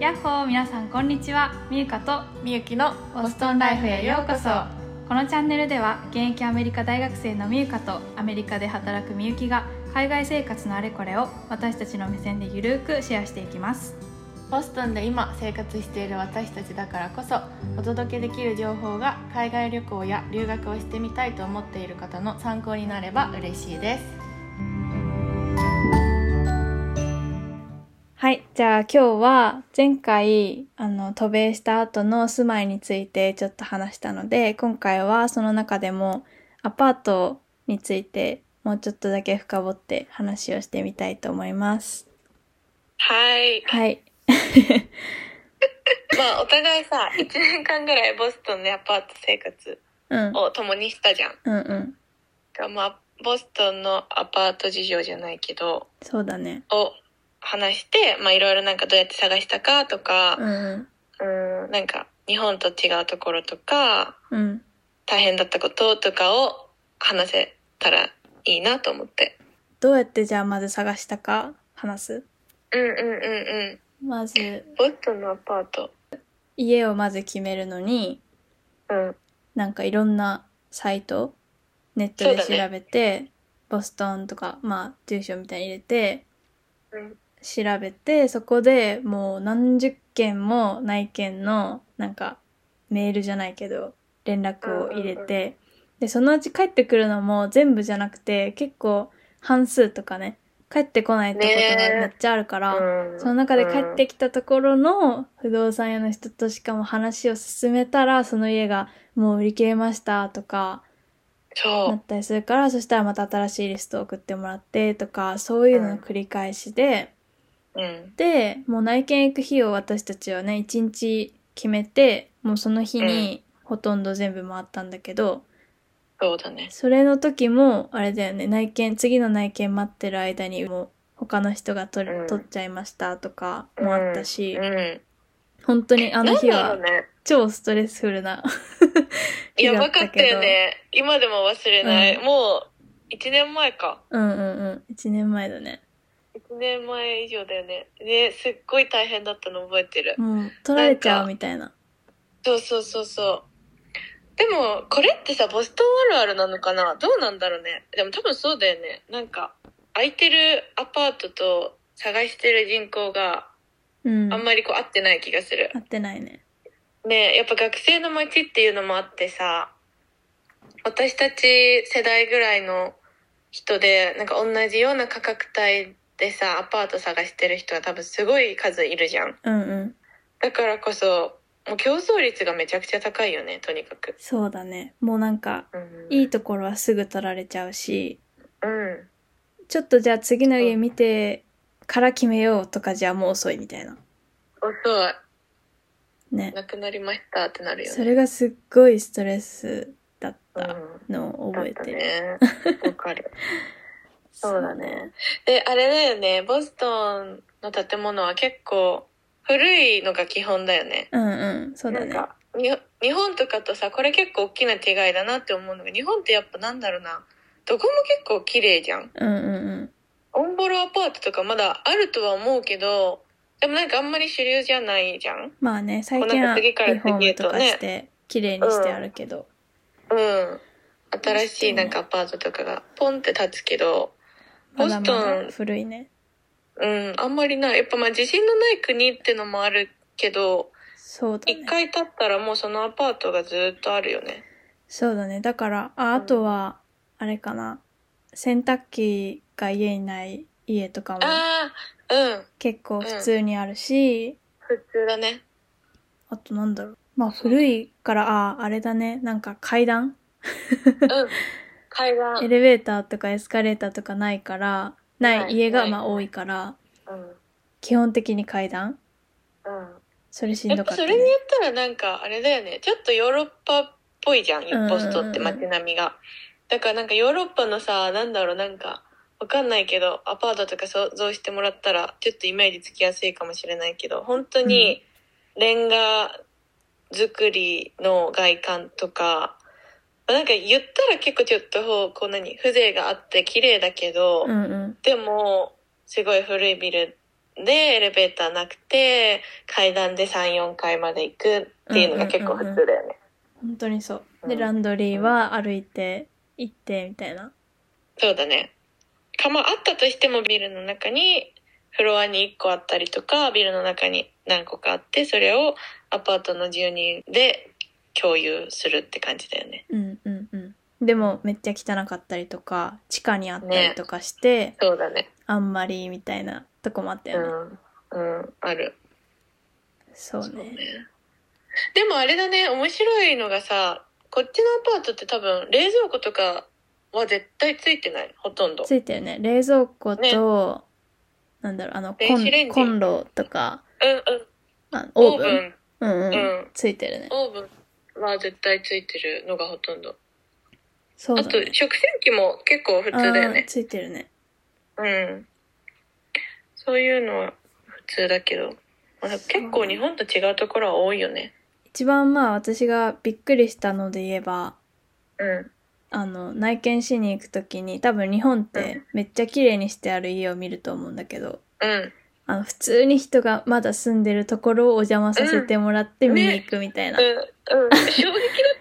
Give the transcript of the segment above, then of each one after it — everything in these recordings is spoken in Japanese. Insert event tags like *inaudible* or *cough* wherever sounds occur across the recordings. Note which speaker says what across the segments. Speaker 1: やっほー皆さんこんにちはみゆかと
Speaker 2: みゆきの
Speaker 1: ボストンライフへようこそこのチャンネルでは現役アメリカ大学生のみゆかとアメリカで働くみゆきが海外生活のあれこれを私たちの目線でゆるーくシェアしていきます
Speaker 2: ボストンで今生活している私たちだからこそお届けできる情報が海外旅行や留学をしてみたいと思っている方の参考になれば嬉しいです
Speaker 1: はいじゃあ今日は前回あの渡米した後の住まいについてちょっと話したので今回はその中でもアパートについてもうちょっとだけ深掘って話をしてみたいと思います
Speaker 3: はい。
Speaker 1: はい
Speaker 3: まあ、お互いさ、1年間ぐらいボストンでアパート生活
Speaker 1: うん
Speaker 3: を共にしたじゃん。
Speaker 1: うんうん
Speaker 3: がまあ、ボストンのアパート事情じゃないけど、
Speaker 1: そうだね
Speaker 3: を話して、まあ、いろいろなんかどうやって探したかとか
Speaker 1: う、ん
Speaker 3: うん、なんか、日本と違うところとか、
Speaker 1: うんうん
Speaker 3: 大変だったこととかを話せたらいいなと思って。
Speaker 1: どうやってじゃあまず探したか話す
Speaker 3: うんうんうんう
Speaker 1: まず
Speaker 3: ん。ボストンのアパート。
Speaker 1: 家をまず決めるのに
Speaker 3: うん。
Speaker 1: なんかいろんなサイトネットで
Speaker 3: そうだね
Speaker 1: 調べて、ボストンとかまあ住所みたいに入れて
Speaker 3: うん。
Speaker 1: 調べてそこでもう何十件も内見のなんかメールじゃないけど連絡を入れて、でそのうち帰ってくるのも全部じゃなくて結構半数とかね帰ってこないってこと
Speaker 3: ね
Speaker 1: が
Speaker 3: え
Speaker 1: めっちゃあるから、
Speaker 3: うん
Speaker 1: その中で帰ってきたところの不動産屋の人としかも話を進めたら、その家がもう売り切れましたとか、
Speaker 3: そ
Speaker 1: な
Speaker 3: う。
Speaker 1: ったりするから、そしたらまた新しいリストを送ってもらってとか、そういうのの繰り返しで、
Speaker 3: うん。
Speaker 1: で、もう内見行く日を私たちはね、1日決めて、もうその日にほとんど全部回ったんだけど、
Speaker 3: そうだね。
Speaker 1: それの時も、あれだよね、内見、次の内見待ってる間にもう他の人が取,、
Speaker 3: うん
Speaker 1: 取っちゃいましたとかもあったし、
Speaker 3: うん。
Speaker 1: 本当にあの日
Speaker 3: なん
Speaker 1: は
Speaker 3: だろうね。
Speaker 1: 超ストレスフルな *laughs*
Speaker 3: い
Speaker 1: 日
Speaker 3: や
Speaker 1: だ
Speaker 3: ば
Speaker 1: っ
Speaker 3: か
Speaker 1: た
Speaker 3: った
Speaker 1: けど
Speaker 3: よね。今でも忘れない。
Speaker 1: う
Speaker 3: もう、1年前か。
Speaker 1: うんうんうん1年前だね
Speaker 3: 1年前以上だよね。で、すっごい大変だったの覚えてる。
Speaker 1: もう取られちゃうみたいな
Speaker 3: そうそうそうそう。でも、これってさ、ボストンあるあるなのかなどうなんだろうね。でも多分そうだよね。なんか、空いてるアパートと探してる人口が
Speaker 1: うん
Speaker 3: あんまりこう合ってない気がする。
Speaker 1: 合ってないね
Speaker 3: ねえやっぱ学生の街っていうのもあってさ私たち世代ぐらいの人でなんか同じような価格帯でさアパート探してる人は多分すごい数いるじゃん
Speaker 1: うんうん
Speaker 3: だからこそもう競争率がめちゃくちゃ高いよねとにかく、
Speaker 1: そうだねもうなんか
Speaker 3: うん、
Speaker 1: いいところはすぐ取られちゃうし
Speaker 3: うん
Speaker 1: ちょっとじゃあ次の家見てから決めようとかじゃもう遅いみたいな
Speaker 3: 遅い
Speaker 1: ね
Speaker 3: なくなりましたってなるよね
Speaker 1: それがすっごいストレスだっ
Speaker 3: うん
Speaker 1: たのを覚えてる、
Speaker 3: だったねわかる *laughs* そうだね。で、あれだよね、ボストンの建物は結構古いのが基本だよね。
Speaker 1: うんうんそうだね
Speaker 3: なんかに日本とかとさ、これ結構大きな違いだなって思うのが、日本ってやっぱなんだろうな、どこも結構綺麗じゃん。
Speaker 1: うんうん
Speaker 3: オンボロアパートとかまだあるとは思うけど、でもなんかあんまり主流じゃないじゃん。
Speaker 1: まあね最近
Speaker 3: な
Speaker 1: は
Speaker 3: んか
Speaker 1: リ
Speaker 3: 次
Speaker 1: フ
Speaker 3: から
Speaker 1: ォ
Speaker 3: 次
Speaker 1: ーム
Speaker 3: へ
Speaker 1: と
Speaker 3: とね
Speaker 1: かして綺麗にしてあるけど、
Speaker 3: うん。新しいなんかアパートとかがポンって立つけど、
Speaker 1: まだま
Speaker 3: ボスト
Speaker 1: だ
Speaker 3: ン
Speaker 1: 古いね。
Speaker 3: うん、あんまりない。やっぱまあ地震のない国ってのもあるけど、
Speaker 1: そうだ
Speaker 3: 一
Speaker 1: ね。
Speaker 3: 回経ったらもうそのアパートがずっとあるよね。
Speaker 1: そうだね。だから、あ、あとは、あれかな。洗濯機が家にない家とかも
Speaker 3: ああ、うん。
Speaker 1: 結構普通にあるし、
Speaker 3: 普通だね。
Speaker 1: あとなんだろう。まあ古いから、ああ、あれだね。なんか階段
Speaker 3: うん。
Speaker 1: *laughs*
Speaker 3: 階段。
Speaker 1: エレベーターとかエスカレーターとかないから、な
Speaker 3: はいい
Speaker 1: 家が
Speaker 3: はい
Speaker 1: まあ多いから、
Speaker 3: うん。
Speaker 1: 基本的に階段
Speaker 3: う
Speaker 1: それし
Speaker 3: ん。
Speaker 1: ん
Speaker 3: やっ
Speaker 1: どかっ
Speaker 3: ぱ
Speaker 1: た、
Speaker 3: そ
Speaker 1: ね。
Speaker 3: れに言ったらなんかあれだよね。ちょっとヨーロッパっぽいじゃん。
Speaker 1: うん
Speaker 3: ボストンって街並みが。だからなんかヨーロッパのさ、なんだろうなんか、わかんないけど、アパートとか想像してもらったら、ちょっとイメージつきやすいかもしれないけど、本当にレンガ作りの外観とか、なんか言ったら結構ちょっとこうこう何、風情があって綺麗だけど、
Speaker 1: うんうん。
Speaker 3: でもすごい古いビルでエレベーターなくて階段で34階まで行くっていうのが結構普通だよね、
Speaker 1: 本当にそう。で、
Speaker 3: うん
Speaker 1: ランドリーは歩いて行ってみたいな。
Speaker 3: そうだねかまああったとしてもビルの中にフロアに1個あったりとかビルの中に何個かあってそれをアパートの住人で共有するって感じだよね
Speaker 1: うんうんうん。でもめっちゃ汚かったりとか、地下にあったりとかして、
Speaker 3: そうだね
Speaker 1: あんまりみたいなとこもあったよね。
Speaker 3: うんうんある
Speaker 1: そう
Speaker 3: そう
Speaker 1: ね。
Speaker 3: ねでもあれだね面白いのがさこっちのアパートって多分冷蔵庫とかは絶対ついてないほとんど
Speaker 1: ついてるね。冷蔵庫と、なんだろう、あの、コ
Speaker 3: 電子レン
Speaker 1: ン
Speaker 3: ジ
Speaker 1: コンロとか、
Speaker 3: うんうん
Speaker 1: あ
Speaker 3: オ
Speaker 1: オー
Speaker 3: ーブ
Speaker 1: ブン
Speaker 3: ン
Speaker 1: うんうん。
Speaker 3: うん
Speaker 1: ついてるね。
Speaker 3: オーブンは絶対ついてるのがほとんど
Speaker 1: そう
Speaker 3: あ
Speaker 1: だ
Speaker 3: と
Speaker 1: ね。
Speaker 3: 食洗機も結構普通だよ
Speaker 1: あー
Speaker 3: ね
Speaker 1: ついてるね。
Speaker 3: うんそういうのは普通だけどまあでも結構日本と違うところは多いよね
Speaker 1: 一番まあ私がびっくりしたので言えば、
Speaker 3: うん
Speaker 1: あの、内見しに行くときに、多分日本ってめっちゃ綺麗にしてある家を見ると思うんだけど、 *laughs*
Speaker 3: うん
Speaker 1: あの、普通に人がまだ住んでるところをお邪魔させてもらって
Speaker 3: うん
Speaker 1: 見
Speaker 3: ね
Speaker 1: に行くみたいな。
Speaker 3: うん、うん、衝撃だっ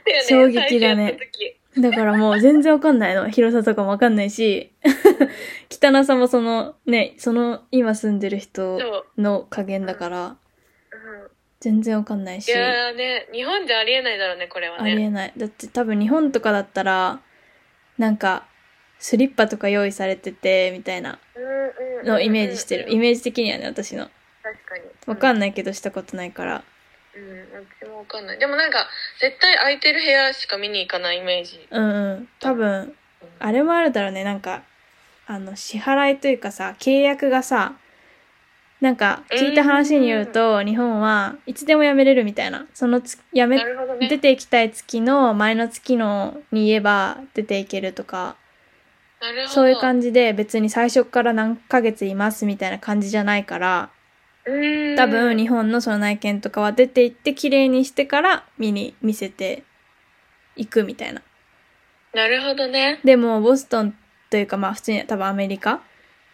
Speaker 3: たよね
Speaker 1: 衝撃だね
Speaker 3: 最初やった時
Speaker 1: だからもう全然わかんないの。広さとかもわかんないし、 *laughs* 汚さもそのね、その今住んでる人
Speaker 3: そう
Speaker 1: の加減だから、
Speaker 3: うん
Speaker 1: 全然わかんない
Speaker 3: い
Speaker 1: し、
Speaker 3: やーね、日本じゃありえないだろうね、これは
Speaker 1: あり
Speaker 3: ね。
Speaker 1: えない。だって多分日本とかだったら、なんか、スリッパとか用意されてて、みたいなのをイメージしてる。イメージ的にはね、私の。
Speaker 3: 確かに。
Speaker 1: わか
Speaker 3: ない。
Speaker 1: んないけどしたことないから。
Speaker 3: うん、私もわかんない。でもなんか、絶対空いてる部屋しか見に行かないイメージ。
Speaker 1: うんうん。多分、あれもあるだろうね。なんか、あの、支払いというかさ、契約がさ、なんか、聞いた話によると、日本はいつでも辞めれるみたいな。そのつ、辞め
Speaker 3: な、るほど
Speaker 1: 出
Speaker 3: ね。
Speaker 1: ていきたい月の前の月のに言えば出ていけるとか、
Speaker 3: なるほど。
Speaker 1: そういう
Speaker 3: じ。
Speaker 1: 感じで別に最初から何ヶ月いますみたいな感じじゃないから、
Speaker 3: うん。
Speaker 1: 多分日本のその内見とかは出て行って綺麗にしてから見に、見せていくみたいな。
Speaker 3: なるほどね。
Speaker 1: でも、ボストンというかまあ普通に多分アメリカ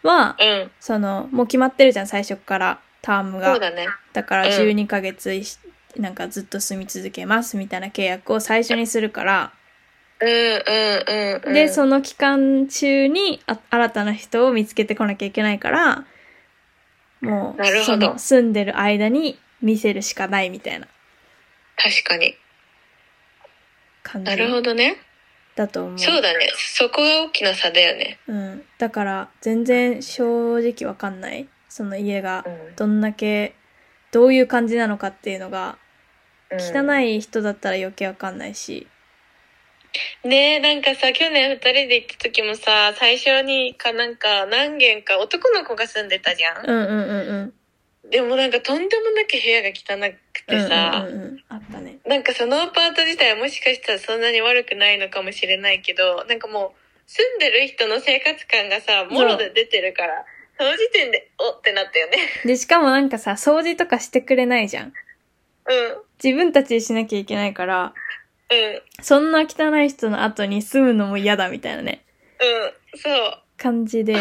Speaker 1: は、
Speaker 3: うん。
Speaker 1: その、もう決まってるじゃん、最初から、ターム
Speaker 3: そう
Speaker 1: が。
Speaker 3: だね。
Speaker 1: だから
Speaker 3: うん
Speaker 1: 12ヶ月いし、なんかずっと住み続けますみたいな契約を最初にするから、
Speaker 3: うんうんうんうん。
Speaker 1: で、その期間中にあ新たな人を見つけてこなきゃいけないから、もう、
Speaker 3: なるほ
Speaker 1: そ
Speaker 3: ど
Speaker 1: の住んでる間に見せるしかないみたいな
Speaker 3: 確かに。
Speaker 1: 感じ
Speaker 3: なるほどね。
Speaker 1: だと思う。
Speaker 3: そうだね。そこが大きな差だよね。
Speaker 1: うん。だから、全然正直わかんない。その家が、どんだけ、どういう感じなのかっていうのが、汚
Speaker 3: い。
Speaker 1: い人だったら余計わかんないし、
Speaker 3: ねえ、なんかさ、去年二人で行った時もさ、最初にかなんか何軒か男の子が住んでたじゃん。
Speaker 1: うんうんうんうん。
Speaker 3: でもなんかとんでもなく部屋が汚くてさ、
Speaker 1: うんうんうんうん、あったね。
Speaker 3: なんかそのアパート自体はもしかしたらそんなに悪くないのかもしれないけど、なんかもう住んでる人の生活感がさ、もろで出てるから、その時点で、おってなったよね。 *laughs*
Speaker 1: で、しかもなんかさ、掃除とかしてくれないじゃん。自分たちでしなきゃいけないから、
Speaker 3: うん、うん、
Speaker 1: そんな汚い人の後に住むのも嫌だみたいなね、
Speaker 3: うん、そう、
Speaker 1: 感じ *laughs* で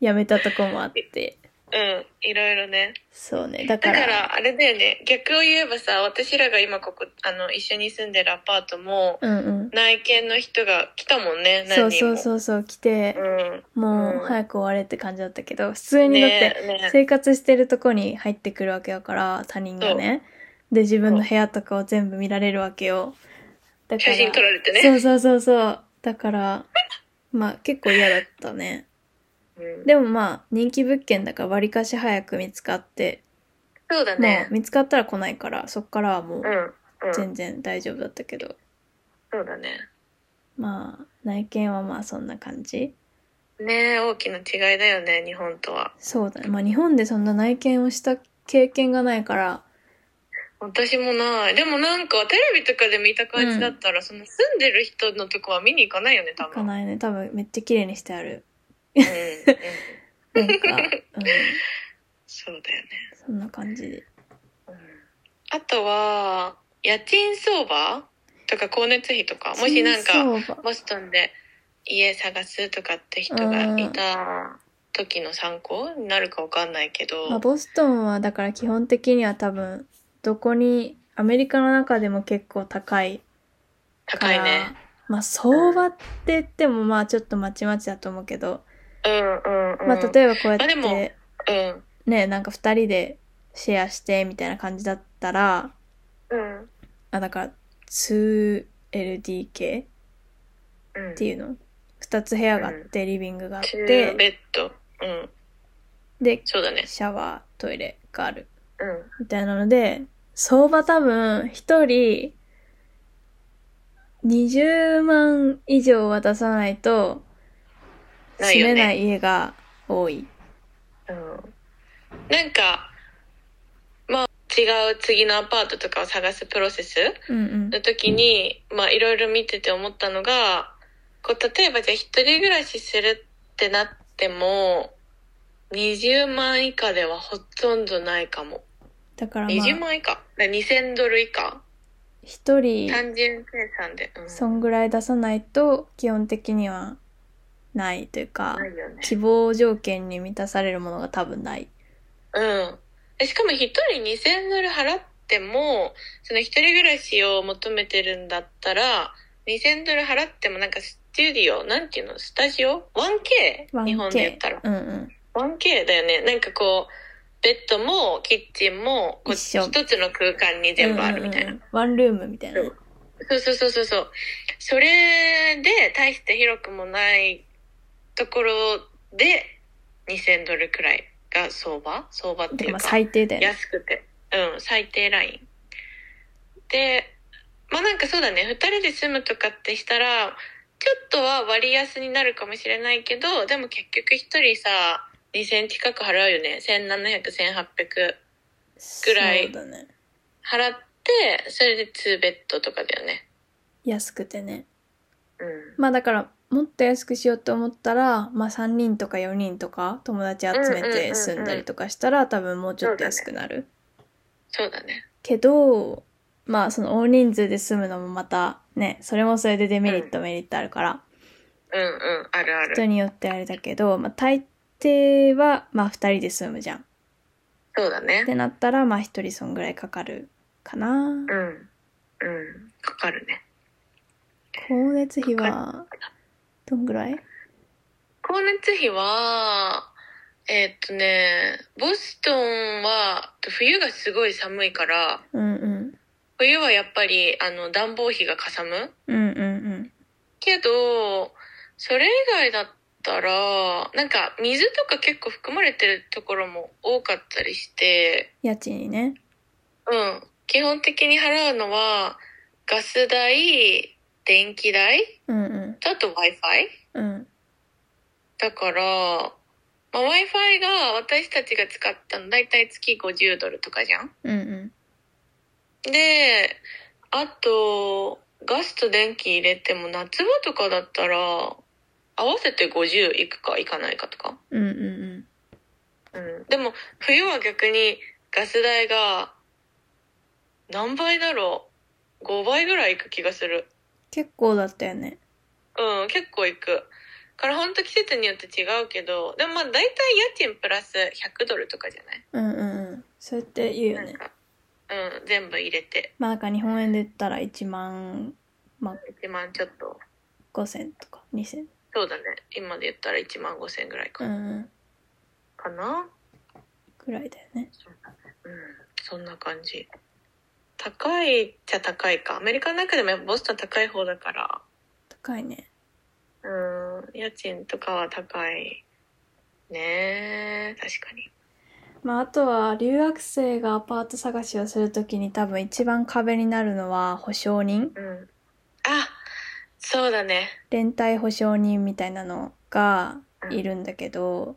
Speaker 1: やめたとこもあって。
Speaker 3: うん、いろいろね。
Speaker 1: そうね。だか
Speaker 3: だ
Speaker 1: ら。
Speaker 3: からあれだよね、逆を言えばさ、私らが今ここ、あの、一緒に住んでるアパートも、
Speaker 1: うんうん。
Speaker 3: 内見の人が来たもんね、
Speaker 1: そ
Speaker 3: 何
Speaker 1: う
Speaker 3: 人
Speaker 1: そ
Speaker 3: も。
Speaker 1: う
Speaker 3: う
Speaker 1: そうそう、来て、
Speaker 3: ん。
Speaker 1: も
Speaker 3: うん
Speaker 1: う早く終われって感じだったけど、普通にだっ
Speaker 3: ね
Speaker 1: て
Speaker 3: え、ね
Speaker 1: 生活してるとこに入ってくるわけだから、他人がね。で、自分の部屋とかを全部見られるわけよ。だ
Speaker 3: 写真撮られてね。
Speaker 1: そうそうそうそう。だから、まあ結構嫌だったね。
Speaker 3: うん
Speaker 1: でもまあ人気物件だから割かし早く見つかって、
Speaker 3: そうだ
Speaker 1: まあ
Speaker 3: ね。
Speaker 1: 見つかったら来ないから、そっからはもう
Speaker 3: うん。うん。
Speaker 1: 全然大丈夫だったけど、
Speaker 3: そうだね。
Speaker 1: まあ内見はまあそんな感じ。
Speaker 3: ねえ大きな違いだよね、日本とは。
Speaker 1: そうだね。まあ日本でそんな内見をした経験がないから、
Speaker 3: 私もない。でもなんか、テレビとかで見た感じだったら、その住んでる人のとこは見に行かないよね、多
Speaker 1: 行か
Speaker 3: 分。
Speaker 1: ないね。多分めっちゃ綺麗にしてある。
Speaker 3: うん。
Speaker 1: *laughs*
Speaker 3: うん
Speaker 1: なんか、うん。
Speaker 3: そうだよね。
Speaker 1: そんな感じで。
Speaker 3: あとは、家賃相場とか光熱費とか、もしなんか、
Speaker 1: そうか。
Speaker 3: ボストンで家探すとかって人がいた時の参考になるかわかんないけど、
Speaker 1: まあ、ボストンはだから基本的には多分どこにアメリカの中でも結構高いか
Speaker 3: 高
Speaker 1: ら
Speaker 3: いね。
Speaker 1: まあ相場って言ってもまあちょっとまちまちだと思うけど、
Speaker 3: うんうんうん。
Speaker 1: まあ例えばこうやっ
Speaker 3: まあでも
Speaker 1: て
Speaker 3: うん。
Speaker 1: ねなんか2人でシェアしてみたいな感じだったら
Speaker 3: うん。
Speaker 1: あだから 2LDK っ
Speaker 3: うん。
Speaker 1: ていうの2つ部屋があってリビングがあっ
Speaker 3: 中
Speaker 1: て
Speaker 3: ベッド。うん。
Speaker 1: で
Speaker 3: そうだね。
Speaker 1: シャワートイレがある
Speaker 3: うん。
Speaker 1: みたいなので、相場多分、一人、20万以上は出さないと、
Speaker 3: ない
Speaker 1: 住
Speaker 3: よね
Speaker 1: めない家が多い。
Speaker 3: うんなんか、まあ、違う次のアパートとかを探すプロセス
Speaker 1: うんうん。
Speaker 3: の時に、まあ、いろいろ見てて思ったのが、こう、例えばじゃあ一人暮らしするってなっても、20万以下ではほとんどないかも。
Speaker 1: だからま
Speaker 3: 20
Speaker 1: あ、
Speaker 3: 万以下だから ?2000 ドル以下
Speaker 1: 一人、
Speaker 3: 単純計算で。うん。
Speaker 1: そんぐらい出さないと、基本的にはないというか、
Speaker 3: ないよね。
Speaker 1: 希望条件に満たされるものが多分ない。
Speaker 3: うん。えしかも一人2000ドル払っても、その一人暮らしを求めてるんだったら、2000ドル払ってもなんかスタジオ、なんていうのスタジオ 1K? 日本で言ったら
Speaker 1: 1K。。うんうん。
Speaker 3: 1K だよね。なんかこう、ベッドもキッチンも、こう
Speaker 1: 一緒
Speaker 3: 一つの空間に全部あるみたいな。
Speaker 1: うんうんうんワンルームみたいな。
Speaker 3: そうそうそうそうそうそう。それで、大して広くもないところで、2000ドルくらいが相場相場って
Speaker 1: て
Speaker 3: い
Speaker 1: か
Speaker 3: う
Speaker 1: まあ
Speaker 3: か。
Speaker 1: 最低だよね。
Speaker 3: 安くて。うん、最低ライン。で、まあなんかそうだね、二人で住むとかってしたら、ちょっとは割安になるかもしれないけど、でも結局一人さ、2000近く払うよね。1700、1800ぐらい
Speaker 1: そうだね。
Speaker 3: 払って、それで2ベッドとかだよね。
Speaker 1: 安くてね。
Speaker 3: うん。
Speaker 1: まあだからもっと安くしようと思ったら、まあ、3人とか4人とか友達集め
Speaker 3: うんうんうんう
Speaker 1: て
Speaker 3: ん
Speaker 1: 住んだりとかしたら多分もうちょっと安くなる、
Speaker 3: そうだね。
Speaker 1: けどまあその大人数で住むのもまたねそれもそれでデメリット、メリットあるから
Speaker 3: うんうん、あるあ
Speaker 1: 人
Speaker 3: る。
Speaker 1: によってあれだけど、まあ、大抵はまあ2人で住むじゃんっ
Speaker 3: そうだね。
Speaker 1: てなったらまあ1人そんぐらいかかるかな
Speaker 3: うん。うん。かかるね。
Speaker 1: 光熱費はどんぐらい
Speaker 3: 光熱費は、えーっとね、ボストンは、冬がすごい寒いから、
Speaker 1: うんうん
Speaker 3: 冬はやっぱり、あの、暖房費がかさむ。
Speaker 1: うんうん
Speaker 3: けど、それ以外だったら、なんか、水とか結構含まれてるところも多かったりして、
Speaker 1: 家賃にね
Speaker 3: うん。基本的に払うのは、ガス代、電気代、
Speaker 1: うんう
Speaker 3: あと Wi-Fi?
Speaker 1: んうん
Speaker 3: だから、まあ、Wi-Fi が私たちが使ったの、だいたい月50ドルとかじゃん
Speaker 1: うんうん
Speaker 3: で、あと、ガスと電気入れても夏場とかだったら、合わせて50いくかいかないかとか。
Speaker 1: うんうんうん
Speaker 3: うん。でも、冬は逆にガス代が、何倍だろう ?5 倍ぐらいいく気がする。
Speaker 1: 結構だったよね
Speaker 3: うん、結構行く。からほんと季節によって違うけど、でもまあ大体家賃プラス100ドルとかじゃない
Speaker 1: うんうんうんそうやって言うよ
Speaker 3: なん
Speaker 1: ね
Speaker 3: か、うん、全部入れて、
Speaker 1: まあなんか日本円で言ったら1万
Speaker 3: 1万ちょっと、
Speaker 1: 5千とか2千
Speaker 3: そうだね、今で言ったら1万5千ぐらいか,、
Speaker 1: うんうん
Speaker 3: かな。
Speaker 1: ぐらいだよね
Speaker 3: うん、そんな感じ。高いっちゃ高いか。アメリカの中でもやっぱボストン高い方だか
Speaker 1: 高いね
Speaker 3: ら、うん、家賃とかは高い。ねえ、確かに。
Speaker 1: まああとは留学生がアパート探しをするときに多分一番壁になるのは保証人
Speaker 3: うん。あ、そうだね。
Speaker 1: 連帯保証人みたいなのがいるんだけど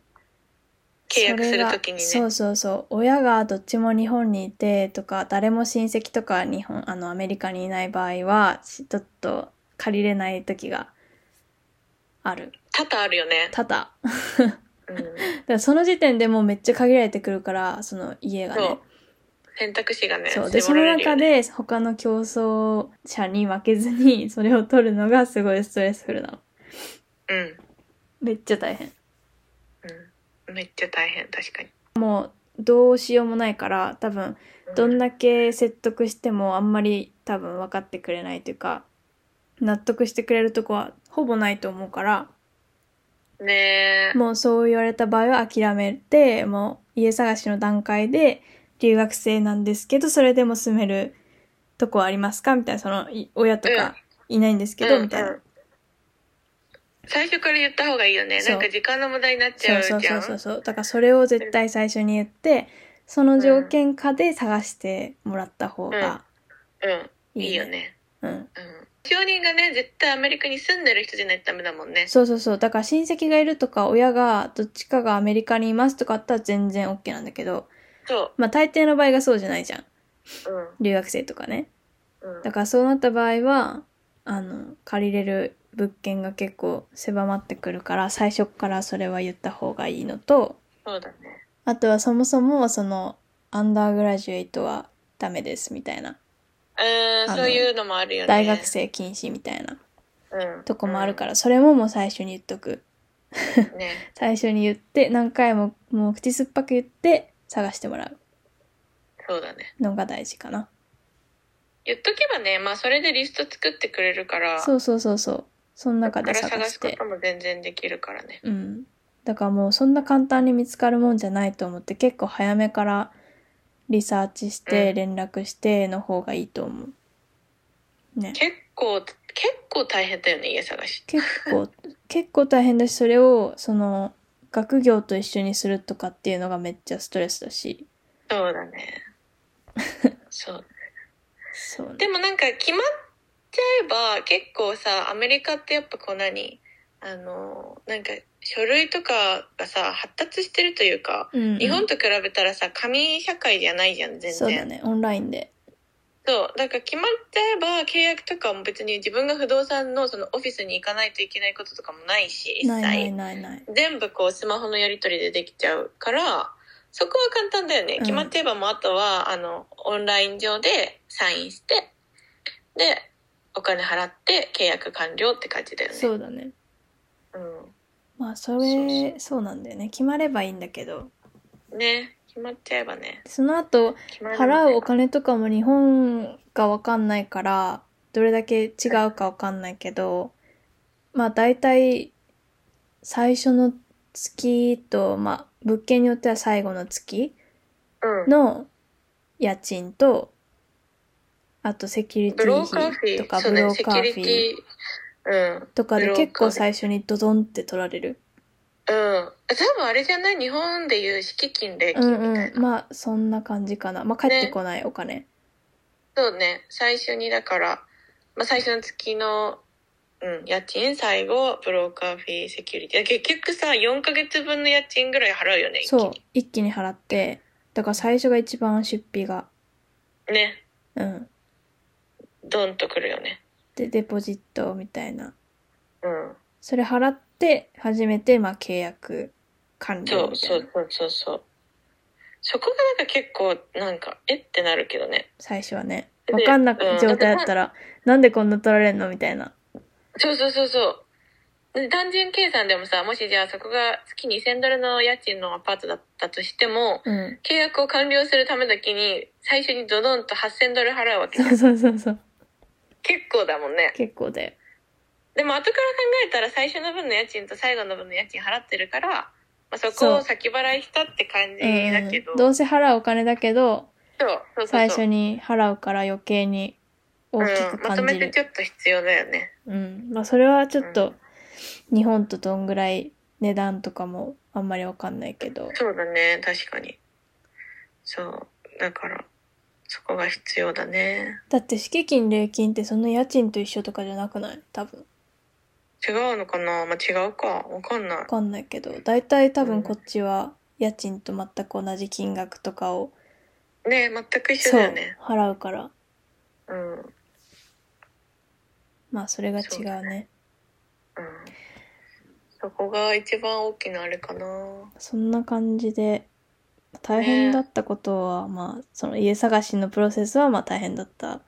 Speaker 3: 契約
Speaker 1: そ
Speaker 3: する
Speaker 1: れが
Speaker 3: ときにね
Speaker 1: そうそうそう親がどっちも日本にいてとか誰も親戚とか日本あのアメリカにいない場合はちょっと借りれない時がある
Speaker 3: 多々あるよね。
Speaker 1: ただ *laughs*
Speaker 3: うん。
Speaker 1: だからその時点でもうめっちゃ限られてくるからその家が
Speaker 3: そう
Speaker 1: ね。
Speaker 3: 選択肢がね、
Speaker 1: そうでそ
Speaker 3: 絞
Speaker 1: の
Speaker 3: られるよ
Speaker 1: 中
Speaker 3: ね、
Speaker 1: で他の競争者に負けずに *laughs* それを取るのがすごいストレスフルなの
Speaker 3: うん。
Speaker 1: めっちゃ大変
Speaker 3: うんめっちゃ大変、確かに。
Speaker 1: どうしようもないから多分どんだけ説得してもあんまり多分分かってくれないというか納得してくれるとこはほぼないと思うから
Speaker 3: ねえ。
Speaker 1: もうそう言われた場合は諦めてもう家探しの段階で留学生なんですけどそれでも住めるとこはありますかみたいなそのい親とかいないんですけど、
Speaker 3: うん
Speaker 1: みたいな、
Speaker 3: うん最初から言った方がいいよね。
Speaker 1: そう
Speaker 3: なんか時間の無駄になっち
Speaker 1: そ
Speaker 3: ゃ
Speaker 1: う
Speaker 3: うじ
Speaker 1: そ
Speaker 3: ゃ。
Speaker 1: うんそうそうそうだからそれを絶対最初に言ってその条件下で探してもらった方が
Speaker 3: うん。
Speaker 1: い
Speaker 3: いい
Speaker 1: い
Speaker 3: よ
Speaker 1: よ
Speaker 3: ね。
Speaker 1: うん
Speaker 3: うん証人がね絶対アメリカに住んでる人じゃないとダメだもんね
Speaker 1: そうそうそう。だから親戚がいるとか、親がどっちかがアメリカにいますとかあったら全然 OK なんだけど、
Speaker 3: そ
Speaker 1: まあ大抵の場合がそうじゃないじゃん。
Speaker 3: う
Speaker 1: 留学生とかね。
Speaker 3: うん、うん、
Speaker 1: だからそうなった場合は、あの、借りれる物件が結構狭まってくるから、最初っからそれは言った方がいいのと、
Speaker 3: そうだね
Speaker 1: あとはそもそもその、アンダーグラジュエイトはダメですみたいな。
Speaker 3: うー
Speaker 1: あ
Speaker 3: ん
Speaker 1: の
Speaker 3: そういうのもあるよね
Speaker 1: 大学生禁止みたいな
Speaker 3: うん
Speaker 1: とこもあるから、それももう最初に言っとく。
Speaker 3: うんね
Speaker 1: 最初に言って、何回ももう口酸っぱく言って探してもらう。
Speaker 3: そうだね
Speaker 1: のが大事かな。
Speaker 3: 言っとけばねまあそれでリスト作ってくれるから
Speaker 1: そうそうそうそう。その中で
Speaker 3: から探
Speaker 1: 探
Speaker 3: す
Speaker 1: し
Speaker 3: こ
Speaker 1: て
Speaker 3: と。も全然できるからね
Speaker 1: うん。だからもうそんな簡単に見つかるもんじゃないと思って結構早めからリサーチして
Speaker 3: うん
Speaker 1: 連絡しての方がいいと思う。ね。
Speaker 3: 結構結構大変だよね家探し
Speaker 1: 結構、 *laughs* 結構大変だし、それをその学業と一緒にするとかっていうのがめっちゃストレスだし。
Speaker 3: そうだねそう
Speaker 1: そうね。
Speaker 3: でもなんか決まっちゃえば結構さアメリカってやっぱこう何あのなんか書類とかがさ発達してるというか、
Speaker 1: うんうん
Speaker 3: 日本と比べたらさ紙社会じゃないじゃん全然
Speaker 1: そうだね。オンラインで。
Speaker 3: そうだから決まっちゃえば契約とかも別に自分が不動産のそのオフィスに行かないといけないこととかもないし一切
Speaker 1: ないないないない。
Speaker 3: 全部こうスマホのやり取りでできちゃうからそこは簡単だよね、
Speaker 1: うん
Speaker 3: 決まっちゃえばもうあとはあのオンライン上でサインしてでお金払って契約完了って感じだよね
Speaker 1: そうだね。
Speaker 3: う、
Speaker 1: まあそ
Speaker 3: そう
Speaker 1: れ、そうなんだよね。決まればいいんだけど。
Speaker 3: ん、ね決まっちゃえばね
Speaker 1: その後
Speaker 3: 決まるんだよ
Speaker 1: 払うお金とかも日本が分かんないからどれだけ違うか分かんないけどまあ大体最初の月と、まあ、物件によっては最後の月
Speaker 3: うん
Speaker 1: の家賃とあとセキュリテ
Speaker 3: ブロ
Speaker 1: ィ
Speaker 3: ーカーフ
Speaker 1: 費
Speaker 3: ィ
Speaker 1: と
Speaker 3: ー
Speaker 1: か
Speaker 3: そう
Speaker 1: ブ
Speaker 3: ね
Speaker 1: ロー
Speaker 3: セキ
Speaker 1: カ
Speaker 3: ュ
Speaker 1: ー
Speaker 3: リ
Speaker 1: フ
Speaker 3: テ
Speaker 1: ィー
Speaker 3: ィうん
Speaker 1: とか
Speaker 3: ブ
Speaker 1: で
Speaker 3: ローカー
Speaker 1: 結構最初にドドンって取られる
Speaker 3: うん多分あれじゃない日本でいう敷金礼
Speaker 1: うん
Speaker 3: 金みたいな、
Speaker 1: うんまあそんな感じかなまあ帰ってこないお金、
Speaker 3: そうね最初にだから、まあ、最初の月の、うん、家賃最後ブローカーフィーセキュリティ結局さ4ヶ月分の家賃ぐらい払うよね一気に
Speaker 1: そう一気に払ってだから最初が一番出費が
Speaker 3: ね
Speaker 1: うん
Speaker 3: ドンとくるよね
Speaker 1: でデポジットみたいな
Speaker 3: うん
Speaker 1: それ払って初めてまあ契約完
Speaker 3: そ
Speaker 1: 了
Speaker 3: う
Speaker 1: みた
Speaker 3: そ
Speaker 1: いうな
Speaker 3: そうそうそうそこがなんか結構なんかえってなるけどね
Speaker 1: 最初はね
Speaker 3: で
Speaker 1: 分かんなく
Speaker 3: うん
Speaker 1: 状態だったら、なんでこんな取られんのみたいな
Speaker 3: そうそうそうそうで単純計算でもさもしじゃあそこが月2000ドルの家賃のアパートだったとしても
Speaker 1: うん
Speaker 3: 契約を完了するためだけに最初にドドンと8000ドル払うわけじゃん
Speaker 1: そうそうそうそう
Speaker 3: 結構だもんね
Speaker 1: 結構だよ
Speaker 3: でも後から考えたら最初の分の家賃と最後の分の家賃払ってるから、まあ、そこを先払いしたって感じだけど
Speaker 1: うん、どうせ払うお金だけど
Speaker 3: そうそうそうそう
Speaker 1: 最初に払うから余計に大きく
Speaker 3: うん、まと
Speaker 1: 感
Speaker 3: め
Speaker 1: じる、
Speaker 3: てちょっと必要だよね
Speaker 1: うん。まあそれはちょっと、日本とどんぐらい値段とかもあんまりわかんないけど。
Speaker 3: そうだね確かにそうだからそこが必要だね
Speaker 1: だって敷金、礼金ってそんな家賃と一緒とかじゃなくない多分。
Speaker 3: 違うのかなまあ違うかわかんない
Speaker 1: わかんないけど。大体多
Speaker 3: うん
Speaker 1: 分こっちは家賃と全く同じ金額とかを、
Speaker 3: ね全く一緒だよね
Speaker 1: そう、払うから。
Speaker 3: うんうん
Speaker 1: まあそれが違
Speaker 3: そう
Speaker 1: う
Speaker 3: だ
Speaker 1: ね。
Speaker 3: そこが一番大きなあれかな
Speaker 1: そんな感じで、大変だったことは、まあ、その家探しのプロセスはまあ大変だった。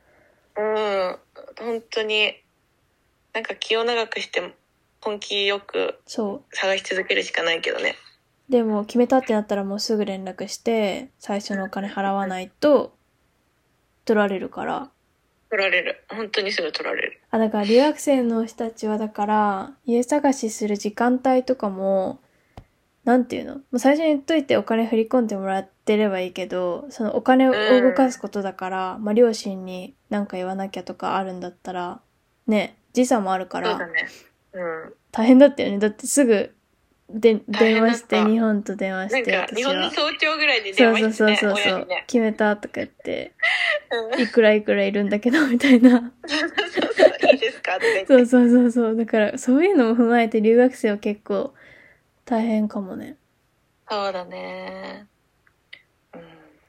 Speaker 3: うん、本当に、なんか気を長くして、本気よく
Speaker 1: そう。
Speaker 3: 探し続けるしかないけどね。
Speaker 1: でも決めたってなったらもうすぐ連絡して、最初のお金払わないと取られるから。
Speaker 3: 取られる。本当にすぐ取られる。
Speaker 1: あ、だから留学生の人たちはだから家探しする時間帯とかも、なんていうのもう最初に言っといてお金振り込んでもらってればいいけど、そのお金を
Speaker 3: うん
Speaker 1: 動かすことだから、まあ両親に何か言わなきゃとかあるんだったら、ね、時差もあるか
Speaker 3: そうだ
Speaker 1: ら
Speaker 3: ね。うん。
Speaker 1: 大変だったよね。だってすぐで電
Speaker 3: 大変だった
Speaker 1: 話して、日本と電話
Speaker 3: な
Speaker 1: し
Speaker 3: ん
Speaker 1: て、
Speaker 3: か、日本の
Speaker 1: そう
Speaker 3: 早朝ぐらいに電
Speaker 1: そうそ
Speaker 3: 話
Speaker 1: う
Speaker 3: して
Speaker 1: そう
Speaker 3: ね、
Speaker 1: そう
Speaker 3: 親に
Speaker 1: *laughs*
Speaker 3: ね。
Speaker 1: 決めたとか言って。
Speaker 3: うん
Speaker 1: いくらいくらいるんだけど、みたいな。
Speaker 3: そうそういいですかって言って
Speaker 1: そうそうそうそう。だから、そういうのも踏まえて留学生は結構大変かもね。
Speaker 3: そうだね。うん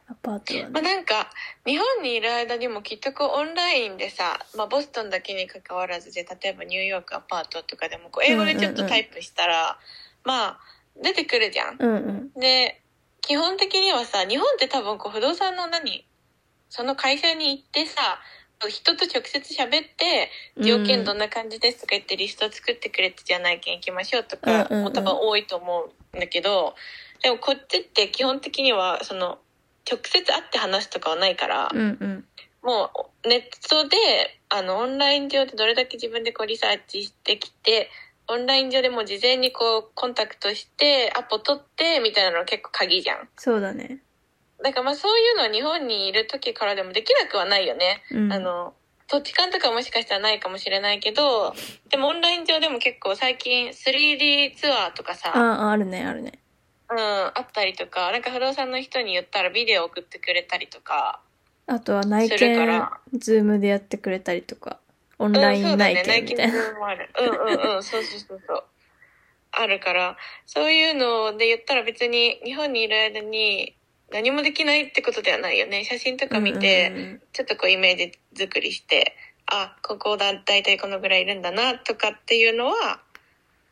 Speaker 1: アパートは
Speaker 3: まあ、
Speaker 1: ね。
Speaker 3: なんか日本にいる間にも結局オンラインでさ、まあ、ボストンだけに関わらずで例えばニューヨークアパートとかでもこう英語でちょっとタイプしたら、まあ出てくるじゃん。
Speaker 1: うんうん。
Speaker 3: で基本的にはさ日本って多分こう不動産の何その会社に行ってさ人と直接喋って条件どんな感じですとか言ってリスト作ってくれてじゃないけん行きましょうと
Speaker 1: うん
Speaker 3: か
Speaker 1: うんうん
Speaker 3: も多分多いと思うんだけどでもこっちって基本的にはその直接会って話すとかはないから
Speaker 1: うんうん。
Speaker 3: もうネットであのオンライン上でどれだけ自分でこうリサーチしてきてオンライン上でもう事前にこうコンタクトしてアポ取ってみたいなのが結構鍵じゃん。
Speaker 1: そうだね。
Speaker 3: だからまあそういうのは日本にいる時からでもできなくはないよね。
Speaker 1: うん。
Speaker 3: あの土地勘とかもしかしたらないかもしれないけどでもオンライン上でも結構最近 3D ツアーとか
Speaker 1: あ
Speaker 3: さ、
Speaker 1: あ、あるね、あるね。
Speaker 3: うん、あったりとかなんか不動産の人に言ったらビデオ送ってくれたりとか
Speaker 1: あとは内
Speaker 3: するか
Speaker 1: 見
Speaker 3: ら、
Speaker 1: ズームでやってくれたりとか、オン
Speaker 3: うん、
Speaker 1: ライ
Speaker 3: そ
Speaker 1: ン
Speaker 3: うだ
Speaker 1: 内
Speaker 3: ね
Speaker 1: 見みたいな。
Speaker 3: もあるうん
Speaker 1: *laughs*
Speaker 3: うんうんそうそうそうそうあるからそういうので言ったら別に日本にいる間に何もできないってことではないよね写真とか見
Speaker 1: う
Speaker 3: て、
Speaker 1: んうんうん
Speaker 3: ちょっとこうイメージ作りして、あ、ここだ、だいたいこのぐらいいるんだな、とかっていうのは、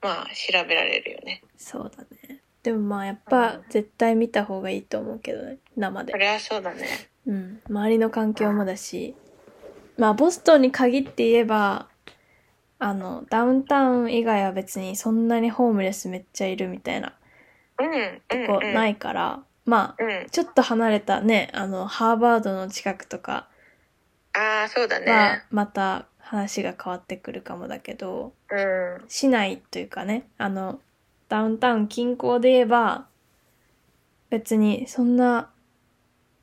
Speaker 3: まあ、調べられるよね。
Speaker 1: そうだね。でもまあ、やっぱ、絶対見た方がいいと思うけどね。生で
Speaker 3: そ。れはそうだね。
Speaker 1: うん、周りの環境もだし、まあ、ボストンに限って言えば、あの、ダウンタウン以外は別にそんなにホームレスめっちゃいるみたいな
Speaker 3: うん、うん、
Speaker 1: とこ
Speaker 3: うん。
Speaker 1: ないから、ま
Speaker 3: う
Speaker 1: あ、
Speaker 3: ん。
Speaker 1: ちょっと離れたね、あの、ハーバードの近くとか
Speaker 3: ああ、そうだ
Speaker 1: は
Speaker 3: ね。
Speaker 1: また話が変わってくるかもだけど、
Speaker 3: うん。
Speaker 1: 市内というかね、あの、ダウンタウン近郊で言えば、別にそんな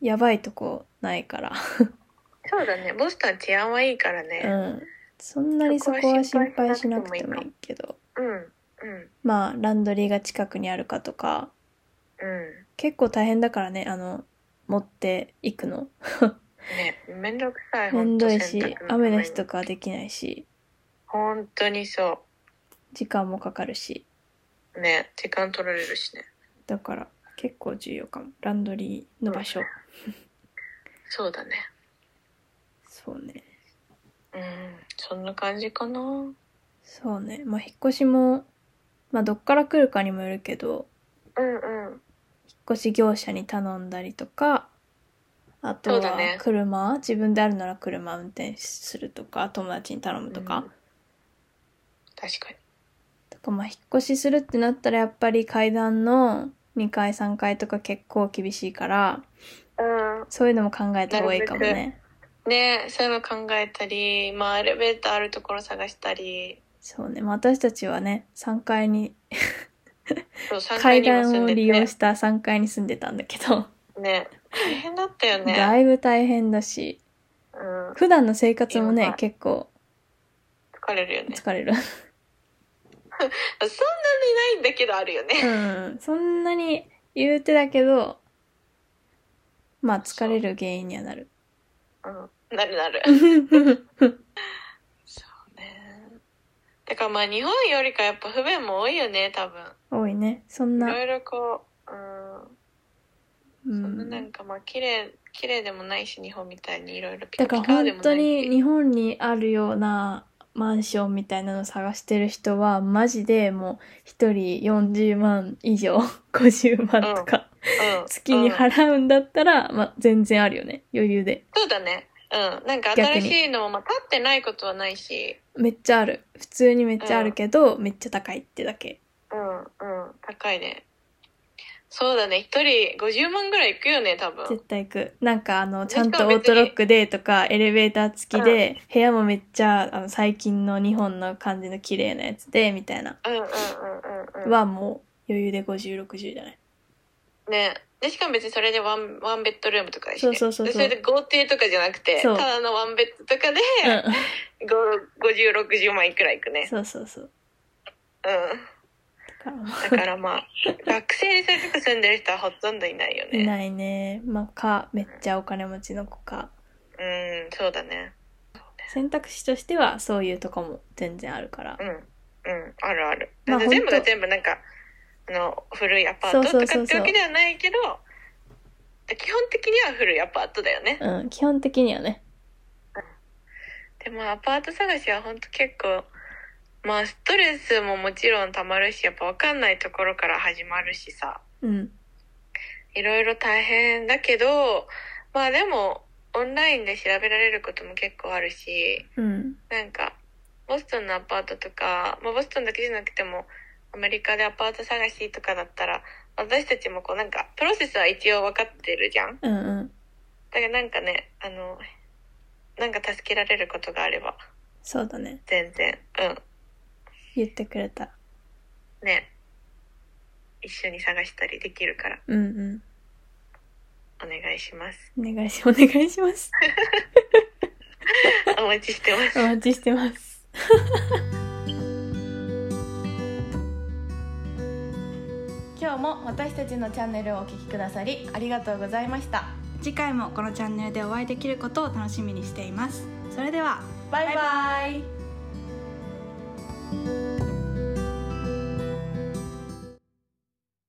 Speaker 1: やばいとこないから。
Speaker 3: そうだね。ボストンは治安はいいから
Speaker 1: う
Speaker 3: ね。
Speaker 1: ん、そんなにそこは心配しなくてもいいけど
Speaker 3: うん、うん、
Speaker 1: まあランドリーが近くにあるかとか
Speaker 3: う
Speaker 1: 結構大変だからねあの持っていくの
Speaker 3: ん。ね、めんどくさい、
Speaker 1: めんどい
Speaker 3: ほ
Speaker 1: し
Speaker 3: んと洗濯物
Speaker 1: 雨の日とかはできないし
Speaker 3: 本当にそ
Speaker 1: 時間もかかるし
Speaker 3: う。ね、時間取られるしね。
Speaker 1: だから結構重要かもランドリーの場所
Speaker 3: そうだね。
Speaker 1: そうね
Speaker 3: うん。そんな感じかな。うん。
Speaker 1: そうねまあ引っ越しもまあどっから来るかにもよるけど
Speaker 3: うん。
Speaker 1: 引っ越し業者に頼んだりとかあと
Speaker 3: そうだ
Speaker 1: は
Speaker 3: ね
Speaker 1: 車、自分であるなら車運転するとか友達に頼むとか、
Speaker 3: うん確かに。
Speaker 1: とかまあ引っ越しするってなったらやっぱり階段の2階3階とか結構厳しいから
Speaker 3: うん。
Speaker 1: そういうのも考えた方がいいかも
Speaker 3: な
Speaker 1: ね
Speaker 3: ねそういうの考えたり、まあ、エレベーターあるところ探したり
Speaker 1: そうね、まあ、私たちはね3階に
Speaker 3: そう3階
Speaker 1: 階
Speaker 3: にも
Speaker 1: 段
Speaker 3: 住ん
Speaker 1: を
Speaker 3: でて
Speaker 1: 利用した3階に住んでたんだけど、
Speaker 3: ね大変だったよね
Speaker 1: だいぶ大変だし
Speaker 3: うん、
Speaker 1: 普段の生活も
Speaker 3: や
Speaker 1: ね
Speaker 3: ばい
Speaker 1: 結構
Speaker 3: 疲れるよね
Speaker 1: 疲れる
Speaker 3: そんなにないんだけどあるよね
Speaker 1: うん、そんなに言うてだけど、まあ疲れる原因にはなる。
Speaker 3: うんなる
Speaker 1: *laughs*
Speaker 3: なるそうねだからまあ日本よりかやっぱ不便も多いよね多分
Speaker 1: 多いね。そん
Speaker 3: い
Speaker 1: な
Speaker 3: ろ、いろこうう
Speaker 1: うん
Speaker 3: そんななん
Speaker 1: ん。
Speaker 3: かまあ綺麗綺麗でもないし日本みたいにいろいろピ
Speaker 1: だ
Speaker 3: カ
Speaker 1: から
Speaker 3: ピカで
Speaker 1: 本
Speaker 3: もな
Speaker 1: 当
Speaker 3: い
Speaker 1: に
Speaker 3: し
Speaker 1: 日本にあるようなマンションみたいなの探してる人は、マジでもう一人40万以上、50万とか、
Speaker 3: うん、
Speaker 1: 月に
Speaker 3: うん
Speaker 1: 払うんだったら、まあ全然あるよね。余裕で。
Speaker 3: そうだねうんなんか
Speaker 1: 逆
Speaker 3: 新
Speaker 1: に
Speaker 3: しいのもまあ立ってないことはないし
Speaker 1: めっちゃある。普通にめっちゃあるけど、めっちゃ高いってだけ。
Speaker 3: うんうん高いねそうだね、一人50万ぐらいいくよね、多分。
Speaker 1: 絶対行く。なんかあの、ちゃん
Speaker 3: しか
Speaker 1: とオ
Speaker 3: も
Speaker 1: ー
Speaker 3: 別に
Speaker 1: トロックでとか、エレベーター付きで、部屋もめっちゃ、あの、最近の日本の感じの綺麗なやつで、みたいな。
Speaker 3: うんうんうんうんうん。
Speaker 1: はもう余裕で50、60じゃない。
Speaker 3: ねで、しかも別にそれでワン、ワンベッドルームとかでし
Speaker 1: そ
Speaker 3: ね
Speaker 1: うそうそうそう
Speaker 3: でそれで豪邸とかじゃなくて、
Speaker 1: そ
Speaker 3: た
Speaker 1: う
Speaker 3: だのワンベッドとかで、
Speaker 1: うん。 *laughs*
Speaker 3: ご50、60万いくらいくね。
Speaker 1: そうそうそう。
Speaker 3: う
Speaker 1: だからも
Speaker 3: ん。だから
Speaker 1: *laughs*
Speaker 3: まあ、学生でそういうとこ住んでる人はほとんどいないよ
Speaker 1: う、い
Speaker 3: ね。
Speaker 1: ないね。まあ、か、めっちゃお金持ちの子か。
Speaker 3: うん、そうだね。
Speaker 1: 選択肢としては、そういうとこも全然あるから
Speaker 3: う。ん。うん、あるある。
Speaker 1: まあ
Speaker 3: だって全
Speaker 1: ほ
Speaker 3: 部
Speaker 1: ん
Speaker 3: が
Speaker 1: と
Speaker 3: 全部なんか、あの、古いアパー
Speaker 1: そう
Speaker 3: ト
Speaker 1: そ
Speaker 3: と
Speaker 1: うそうそ
Speaker 3: か
Speaker 1: う
Speaker 3: ってわけではないけど、基本的には古いアパートだよね。
Speaker 1: うん、基本的にはね。
Speaker 3: でもアパート探しは本当結構、まあストレスももちろん溜まるし、やっぱわかんないところから始まるしさ、
Speaker 1: うん。
Speaker 3: いろいろ大変だけど、まあでも、オンラインで調べられることも結構あるし、
Speaker 1: うん。
Speaker 3: なんか、ボストンのアパートとか、まあ、ボストンだけじゃなくても、アメリカでアパート探しとかだったら、私たちもこうなんか、プロセスは一応分かってるじゃんだ
Speaker 1: うんうん。
Speaker 3: からなんかね、あの、なんか助けられることがあれば、
Speaker 1: そうだね。
Speaker 3: 全然、う
Speaker 1: 言ってくれた。
Speaker 3: ん、ね。一緒に探したりできるから、
Speaker 1: うん
Speaker 3: お願いします。
Speaker 1: うん。お願いし、お願いします。
Speaker 3: お待ちしてます。
Speaker 1: お待ちしてます。
Speaker 2: 今日も私たちのチャンネルをお聞きくださりありがとうございました
Speaker 4: 次回もこのチャンネルでお会いできることを楽しみにしていますそれでは
Speaker 2: バイバイ